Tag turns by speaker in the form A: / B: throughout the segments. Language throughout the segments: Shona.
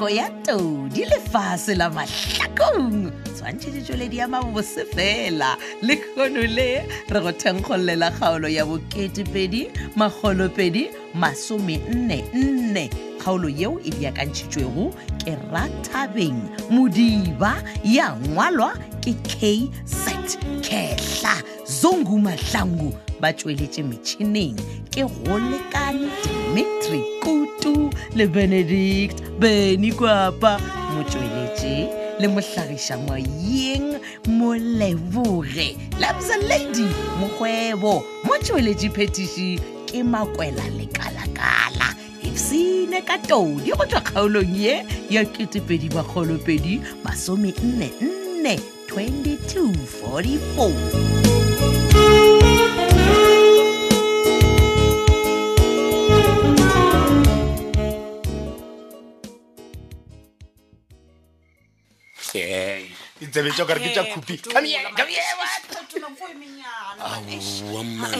A: todi lefase la mahlakong tshwantšhetšetšoledi ya mabose fela le kgono le re go thenkgololela kgaolo ya bo2edi magolopedi masomennenne kgaolo yeo e beakantšhitšwego ke rathabeng modiba ya ngwalwa ke kset kehla zongu mahlangu ba tsweletše metšhineng ke go lekane dimitri kutu le benedict beny kwapa motsweletše le mohlagiša moyeng moleboge labza lady mokgwebo mo tsweletše phetiši ke makwela lekalakala ipsene ka todi go tswa kgaolong ye ya 2 masomenne 2244
B: Hey, ditsebe tsa kare ke tsa khupi Come here, come here, what? Aowa, man.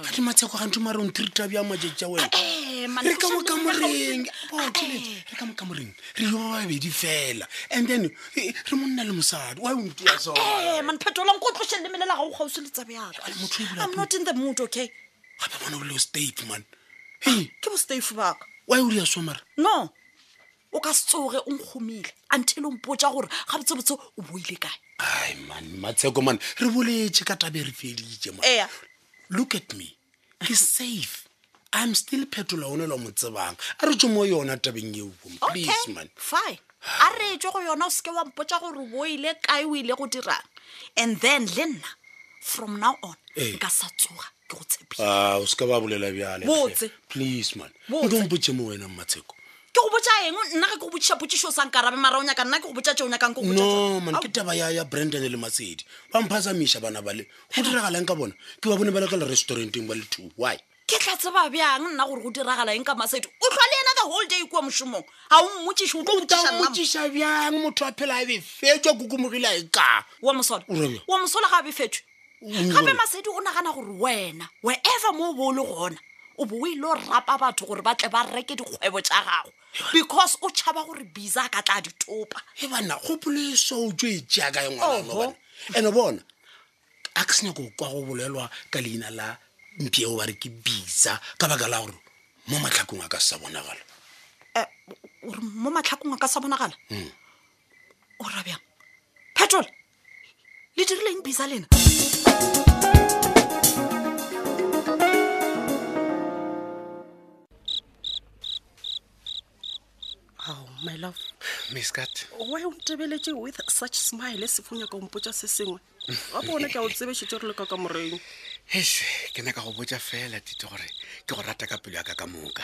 B: ga le matsheko gantho mare o ntirita bja majetse a wena
C: Eh,
B: re ka mo kamoreng botlheletse re ka mo kamoreng re yo ba babedi fela and then eh, re monna le mosadi wa ontia sone
C: eh, manphetolang ko tlošhe le melela gago kgausi le tsebe yaka
B: Ai, motho o bula
C: i'm not in the mood okay
B: gape bona o leo stape man e
C: ke bostafe baka
B: wa o ria so mara
C: no o ka se tsoge o nkgomile until o mpotsa gore ga botsebotse o boile kae
B: ai man matsheko man re boletse ka tabe re feditse man
C: ea
B: look at me ke safe i'm still phetola onelwa mo tsebang a re tso mo yona tabeng eo woman.
C: okay
B: please man
C: fine a re tswe go yona o seke wa mpotsa gore o boile kae o ile go dirang and then le nna from now on
B: Eh.
C: nka sa tsoga ke go tshepile
B: Ah, o seka ba bolela bjale
C: Botse.
B: hle. please man
C: Botse.
B: nko mpotse mo wena mmatsheko
C: ke go botsa eng nna ge ke go botsiša potsišo o sankarabe mara o nyaka nna ke go botsa tse o nyakang ke go botša
B: no
C: tšona.
B: man
C: Au.
B: ke taba ya ya brandon le masedi ba mphasamiša bana bale go diragalang ka bona ke ba bone ba le ka le restauranteng ba le two why
C: ke tla tseba bjang nna gore go diragala eng ka masedi o tlhwa le ena the whole day kua mošomong ga o mmotsiše o tlo botšiša nna mo-
B: motsiša bjang motho a phela a befetswa kukomogile a e ka
C: wa mosola
B: O reng?
C: wa mosola ga a befetswe
B: Mm,
C: gape
B: jwale.
C: masedi o nagana gore wena wherever mo o bo o le gona o bo o ile o rapa batho gore ba tle ba reke dikgwebo tša gago because o tšhaba gore bisa a ka tla dithopa
B: e banna gopoleso o tswe e jaaka e ngwanano
C: Oho.
B: bana and-e bona a ke senyako o kwa go bolelwa ka leina la mpieo ba re ke bisa ka baka la gore mo matlhakong a ka se sa bonagala
C: Eh, o re mo matlhakong a ka sa bonagala o rabjang petrol le dirileng bisa lena
D: ao my love
E: miscat
D: wy o ntebeletse with such smile sefonya ka ompotsa se sengwe gape one ke a o tsebešitse re leka ka moreng
E: ese ke nyaka go botja fela tite gore ke go rata ka pelo yaka ka moka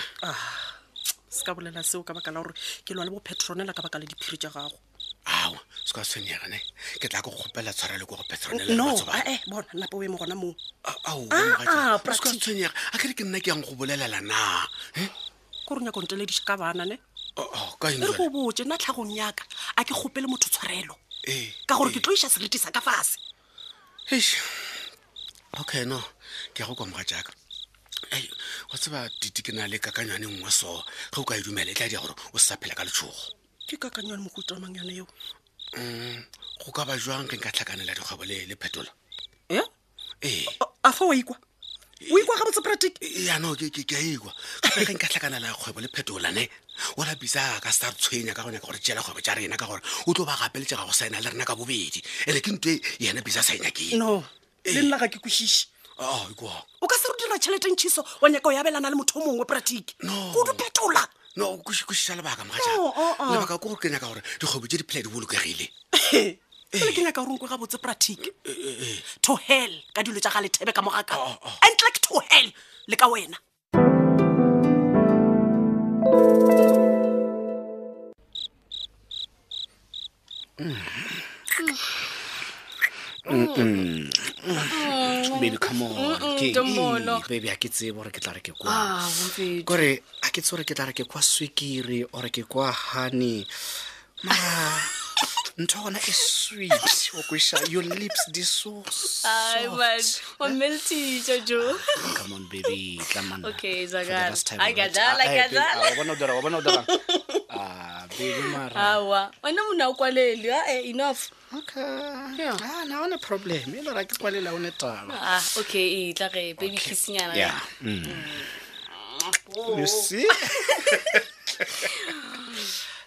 D: se ka bolela seo ka baka la gore ke lwa le bo petronela ka baka la diphiri tja gago
E: ao se ka tshwenyegane ke tla go kgopela tshwara le ko go
D: no ae Eh, bona nape o eme gona moo Ah, ah, practic-
E: petroneltshwenyega a kere ke nna ke yang go bolelela na Eh?
D: ko re nyaka o nteledise ka banane
E: Oh, oh, ka eng
D: e re
E: jwale?
D: go botse nna tlhagong yaka a ke kgopele motho tshwarelo
E: Ee,
D: ka gore
E: ee.
D: ke tlo iša seriti sa ka fase
E: Eish. okay no ke ya go kwa moga jaaka ei go tseba dite ke na le kakanyane nngwe so ge o ka e dumela e tla dia gore o sa phela ka letshogo
D: ke kakanyane mo go itamang yone eo
E: Mm, go ka ba jwang ke nka tlhakanela dikgwebo le le phetola
D: e
E: ee
D: a fa wa ikwa o ikwa ga botse pratic
E: yaanong ke ke- ke a ekwa gape ge nka tlhakanela kgwebo le phetolane o lapisa ka sa re tshwenya ka go nyaka gore tseela kgwebo tja rena ka gore o tlo ba gapeletse ga go saena le rena ka bobedi ande ke nto e yena bisa sa enyakeng
D: no le nna ga ke kwešiše
E: eko
D: o ka se re dira tšheleteng tšhiso wa nyaka o yabelana le motho o mongwe pratiki
E: No.
D: ko di phetola
E: no košiša lebaka moga
D: No, oh, oh.
E: jang lebaka ke gore ke nyaka gore dikgwebo tse di phela di bolokegile
D: ele ke nyaka gore nkwe ga botse pratiki to hell ka dilo tja ga lethebe ka mogaka and like to hell le ka wena
E: baby come on Ke-
F: Tomolo.
E: Ee, baby a ke tsebe gore ke tla re ke kwa
F: Ah, Mfethu.
E: kore a ke tse gore ke tla re ke kwa swekere ore ke kwa honey mara ntho ya gona e sweet o kwesa your lips di so
F: Ai, man. Wameltisha jo.
E: come on baby tlamanna
F: Okay, zakala.
E: Ah,
F: Akadala, akadala.
E: wabona udara a Ah, baby mara
F: Hawa. Wena muna ukwaleli. Ah, eh, enough.
E: okay Ah, na one problem e lora ke kwalela one taba
F: Ah, okay, itla ge baby kiss nyana.
E: yeah mm.
F: Oh.
E: you see
F: Ta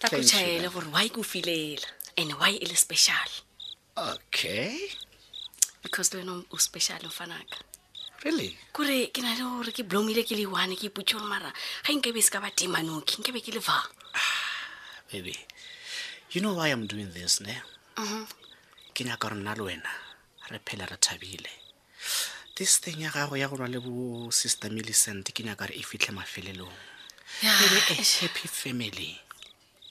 F: go
E: Thank you.
F: chaela gore why go filela and why e le special
E: okay
F: because wena o special o fanaka.
E: really
F: Kore ke na le gore ke blomile ke le one ke iputse gore mara ga nkebe se ka ba tema noki nkebe ke le va.
E: baby you know why i'm doing this ne ke nyaka gore nna le wena re phela re thabile this thing ya gago ya go lwa le bo sister millicent ke nyaka gore e fitlhe mafelelong ebe a happy family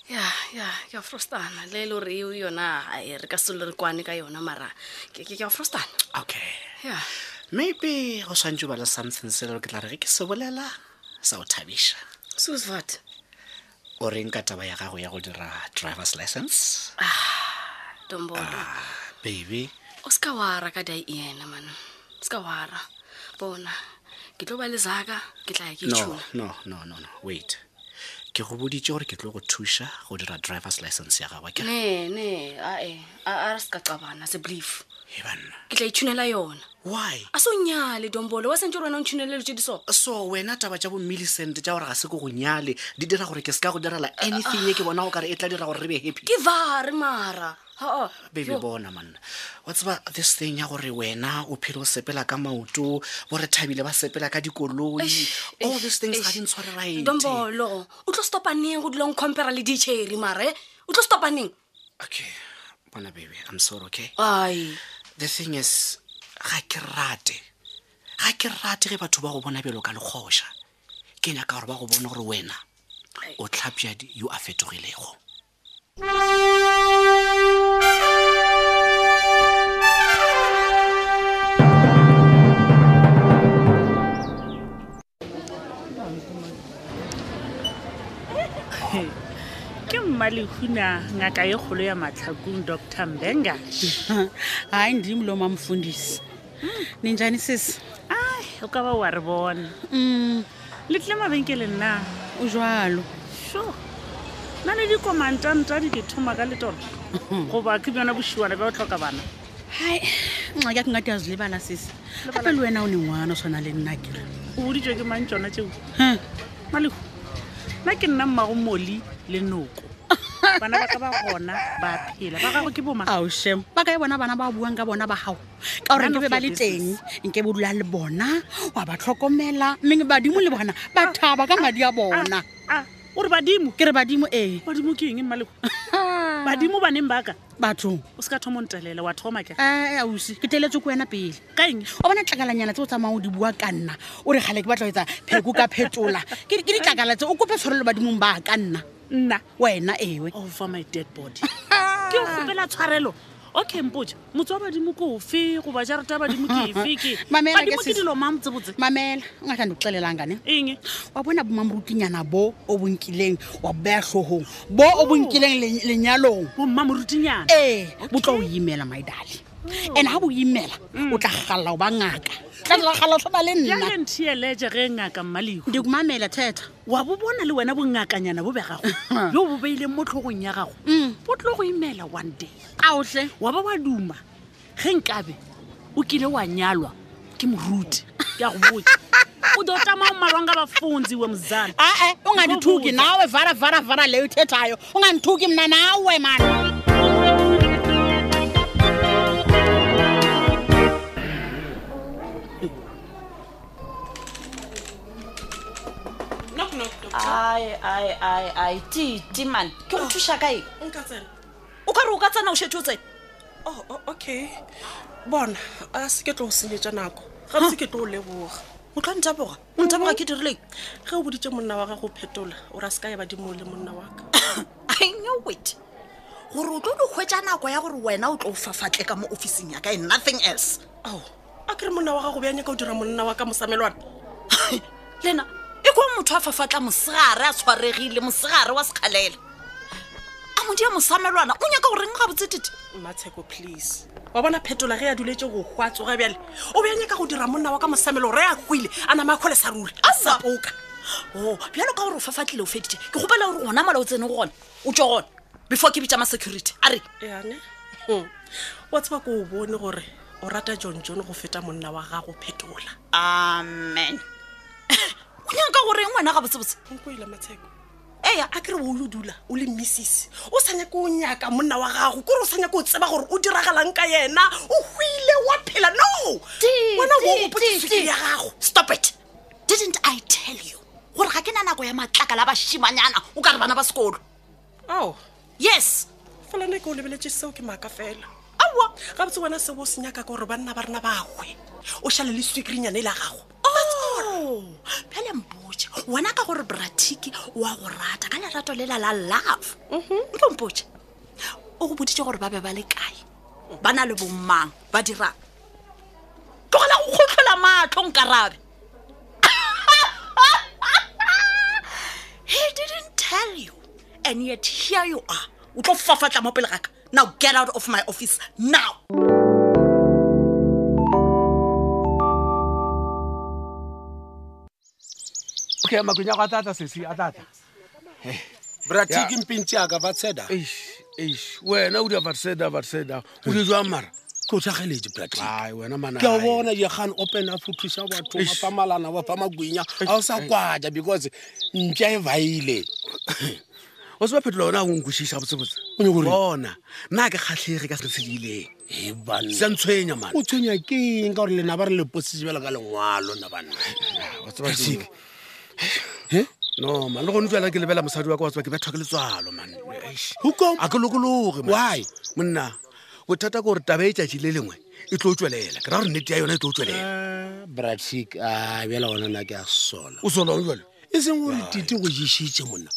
F: Ya, ya, ke a frostana le lo re o yona ha e re ka solo re kwane ka yona mara ke ke ke a frostana.
E: okay
F: Ya.
E: maybe go swantse ba le something selelo ke tla re ge ke se bolela sa o thabiša
F: Sus vat.
E: o reng ka taba ya gago ya go dira driver's license Ah,
F: Dombolo.
E: baby
F: o seka wa ra ka dai yena man o seka wa ra bona ke tlo ba le zaka ke tla ya ke
E: no
F: tshuna
E: no no no no wait ke go boditse gore ke tlo go thuša go dira driver's license ya gago ke
F: ne ne ae a a re seka qabana se belief
E: e banna
F: ke tla itshunela yona
E: why
F: a se o nyale dombolo wa sentse re wena o ntshunelelo tse di so
E: so wena taba tša bo millicent tša gore ga se ko go nyale di dira gore ke se ka go direla anything e ke bona go kare e tla dira gore re be happy
F: ke vare mara haa
E: baby bona manna wa tseba this thing ya gore wena o phele o sepela ka maoto bo re thabile ba sepela ka dikoloi all these things ga di ntshware right
F: dombolo o tlo stopaneng go dulong compara le ditšheri mare o tlo stopaneng
E: okay bona baby i'm sorry okay
F: ai
E: the thing is ga ke rate ga ke rate ge batho ba go bona bjelo ka lekgoša ke nyaka gore ba go bona gore wena o tlhapjadi yo a fetogilego
G: ke mmalehuna ngaka ye kgolo ya matlhakong dr mbenga
H: hayi ndim lo mamfundisi ninjani sisi
G: ai o ka ba wa re bona
H: Mm,
G: le tle mabenkeleng na
H: ujalo
G: sho na le dikomantantadi ke thoma ka le tona goba ke bjona bošiwana bja go tlhoka bana
H: hayi ingxaki yakho ingathi uyazilibala sisi gape le wena o nengwana o tshwana le nna kere
G: o boditswe ke mang tsona tšeo
H: Huh.
G: malehu nna ke nna mmago moli le noko bana ba ka ba gona ba phela ba gagwe ke boma
H: ao shem ba ka e bona bana ba buang ka bona ba gago ka gore
G: None
H: nkebe
G: of
H: ba
G: your
H: le teng
G: business.
H: nkebe o dula le bona wa ba tlhokomela mme badimo le bona ba thaba ka madi a bona
G: Ah, o re badimo
H: ke re badimo ee
G: badimo ke eng mmalego
F: Ah.
G: badimo baneng baka
H: batho
G: o se ka thoma o ntelela wa thoma ka
F: Ah.
H: ae Eh, ausi ke teletswe ko wena pele
G: ka eng
H: o bona tlakalanyana tse o tsamayang o di bua ka nna o re gale ke batla go etsa pheko ka phetola ke ke ditlakala tse o kope tshware le badimong ba ka nna
G: nna
H: wena ewe
G: over my dead body ke o kgopela tshwarelo okay mpoja motse wa badimo ke ofe goba jarata ya badimo ke efe ke
H: Mamela ke
G: badimo ke
H: sis-
G: dilo mang botsebotse
H: mamela o ngatlhandi go xelelangane
G: eng
H: wa bona bomamrukinyana bo o bonkileng wa beya tlhogong bo o bonkileng leny- lenyalong
G: bomma morutinyana
H: ee bo tlo o imela maidale and ga bo imela o tla galla o ba ngaka tla tla galla o tshwana le nna
G: jale ntheeleje ge ngaka mmalego
H: di komamela theta
G: wa bo bona le wena bongakanyana bo be gago yo bo beileng mo tlhogong ya gago
H: Mm.
G: bo tlo go imela one day
H: aotlhe
G: wa ba wa duma ge nkabe o kile wa nyalwa ke moruti ke a go botse o do tama mmalwang ka bafunziwe mzala
H: a-e ungandithuki
G: Ngokubuza.
H: nawe vara vara vara leyo ithethayo ungandithuki mna nawe mani
C: ai ai ai ai titi man ke go thuša kae o ka re o ka tsena o shetse o tsene
D: Oh, oh, okay bona a se ke tlo go senyetsa nako gape se ke tlo o leboga
C: o tla ntaboga o ntaboga ke dirileng
D: ge o boditse monna wa gago o phetola o ra se ka e badimo le monna wa ka
C: i know it gore o tlo di kgwetsa nako ya gore wena o tlo o fafatle ka mo officing ya ka and nothing else
D: ao a ke re monna wa gago beanyaka o dira monna wa ka mosamelwana
C: lena e kwa motho a fafatla mosegare a tshwaregile mosegare wa sekgalela a modie mosamelwana o nyaka goreng gabotse tite
D: matsheko please wa bona phetola ge a duletse go gwa tsoga bjale o be a nyaka go dira monna wa ka mosamelo gore a hwile a nama a kgole sa ruri a sapoka
C: o Oh, bjalo ka gore o fafatlile o feditše ke gopela gore gona mola o tsene go gona o tswe gona before ke bitša ma-security a re
D: yane Hmm. wa tseba ko o bone gore o rata john john go feta monna wa gago phetola
C: amen o nyaka goreng wena gabotsebotse
D: nko ile matsheko
C: eya
D: a kere o lo dula o le mmisisi o sa nyake o nyaka monna wa gago kore o sa nyake o tseba gore o diragalang ka yena o hwile wa phela no wena o opotsefikiri ya gago
C: stop it didn't i tell you gore ga ke na nako ya matlaka la bašimanyana o ka re bana ba sekolo
D: ao
C: yes
D: folane ke o lebeletse seo ke maaka fela
C: aowa
D: gabotse wena seo o se nyaka ka gore banna ba rena ba hwe o šhale le swikirinyana e la gago
C: pele mpotse Oh! wena ka gore bratiki wa go rata ka lerato lela la love
D: Mhm.
C: nko mpotse o go boditse gore ba be ba le kae ba na le bomang ba dirang tlogela go kgotlhola matlho nkarabe he didn't tell you and yet here you are o tlo fafatla mo pele gaka now get out of my office now
E: okay makonya go a tlatla sese a tlatla
B: bratiki mpintse aka ba tsheda
E: wena o di avarseda avarseda o di jwang mara
B: ke o tlhageletse bratiki
E: ai wena
B: ke a bona diagan open a futhusa batho wa fa malana wa fa magwenya ga o sa kwaja because mpša e baile
E: o seba phetola ona a onkwešiša botsebotse
B: O nyaka gore-
E: bona nna ke kgatlhege ka selo se diileng
B: He banna.
E: sa ntshwenya mana
B: o tshwenya keng ka gore lena ba re lepositse bjala ka lengwalo na banna
E: wa tseba ke eng? no man le gone tswela ke lebela mosadi wa ka wa tseba ke bethwa ke letswalo man Eish.
B: Hukom?
E: a ke lokologe man.
B: Why?
E: monna bothata ke gore taba e tšatši le lengwe e tlo o tswelela ke ra gore nnete ya yona e tlo o tswelela
B: bratic a bjala gona na ke a sola
E: o solong jale
B: e seng gore tite go ješitše monna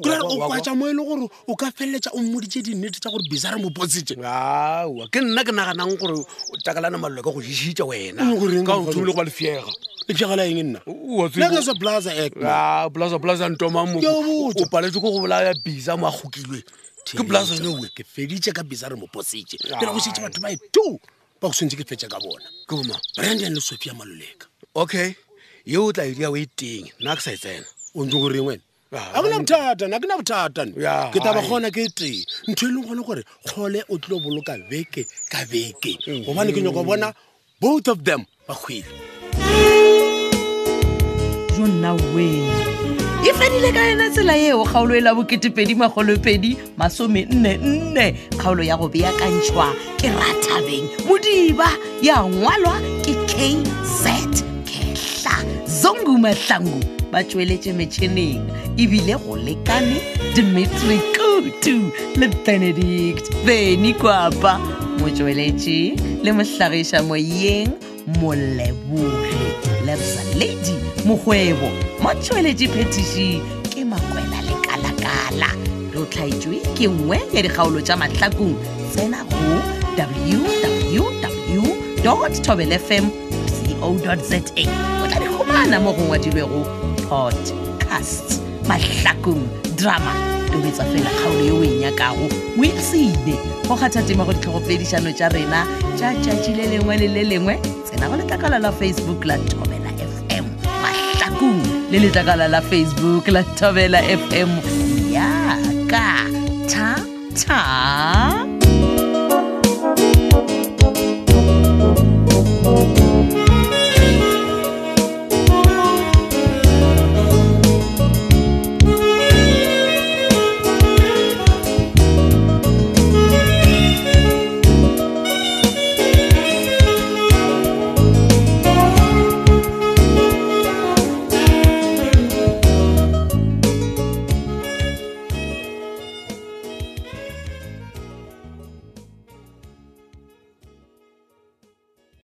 B: kore o kwatsa
E: awa
B: mo e le gore o ka feleletsa o mmoditse dinnete tsa gore bisa re mopotsitse
E: ke nna ke naganang gore o takalana malelo ka go šišitša wena
B: O nyaka goreng
E: ka o
B: mokgadi?
E: thomile go ba lefiega
B: epšagela eng nna
E: O- o a
B: nna
E: tseba-
B: ke sa plaza act man.
E: Ah, plaza plaza ntoma mo
B: Ke a botsa.
E: o paletse ko go bolaya bisa mo a gokilwe ke plaza
B: Theletsa,
E: yone
B: ke feditse ka bisa re mopotsitse pele go šitse batho ba e to ba go swentse ke fetse ka bona
E: ke boma
B: brandon le sophia maloleka
E: okay yeo o tla edia o e teng nna ke sa e tsena
B: o ntse goreng wena a
E: Ah,
B: kena bothata na ke na bothata ne.
E: Ya,
B: ke taba
E: hai.
B: kgona ke e tee ntho e leng gone gore kgole o tlilo boloka beke ka beke
E: Mm.
B: gobane ke nyako bona both of them ba kgwile
A: jonna wena e fedile ka yona tsela eo kgaolo e la boketepedi magolopedi masome nne nne kgaolo ya go beakantšhwa ke rathabeng modiba ya ngwalwa ke kz kehla zongu mahlangu ba tsweletše metšhineng ebile go lekane dimitri kutu le benedict beny kwapa motsweletše le mohlagiša moyeng moleboge lebza lady mokgwebo mo tsweletše phetiši ke makwela lekalakala re o tlhaetswe ke nngwe ya dikgaolo tša mahlakong tsena go www tobelfm co za o tla di humana mo gongwa di bego podcast mahlakong drama tobetsa fela kgaolo ye o e nyakago o itsene go kgatha tema go ditlhogopedišano tša rena tša tšatši le lengwe le le lengwe tsena go letlakala la facebook la tobela fm mahlakong le letlakala la facebook la tobela fm yaka ta ta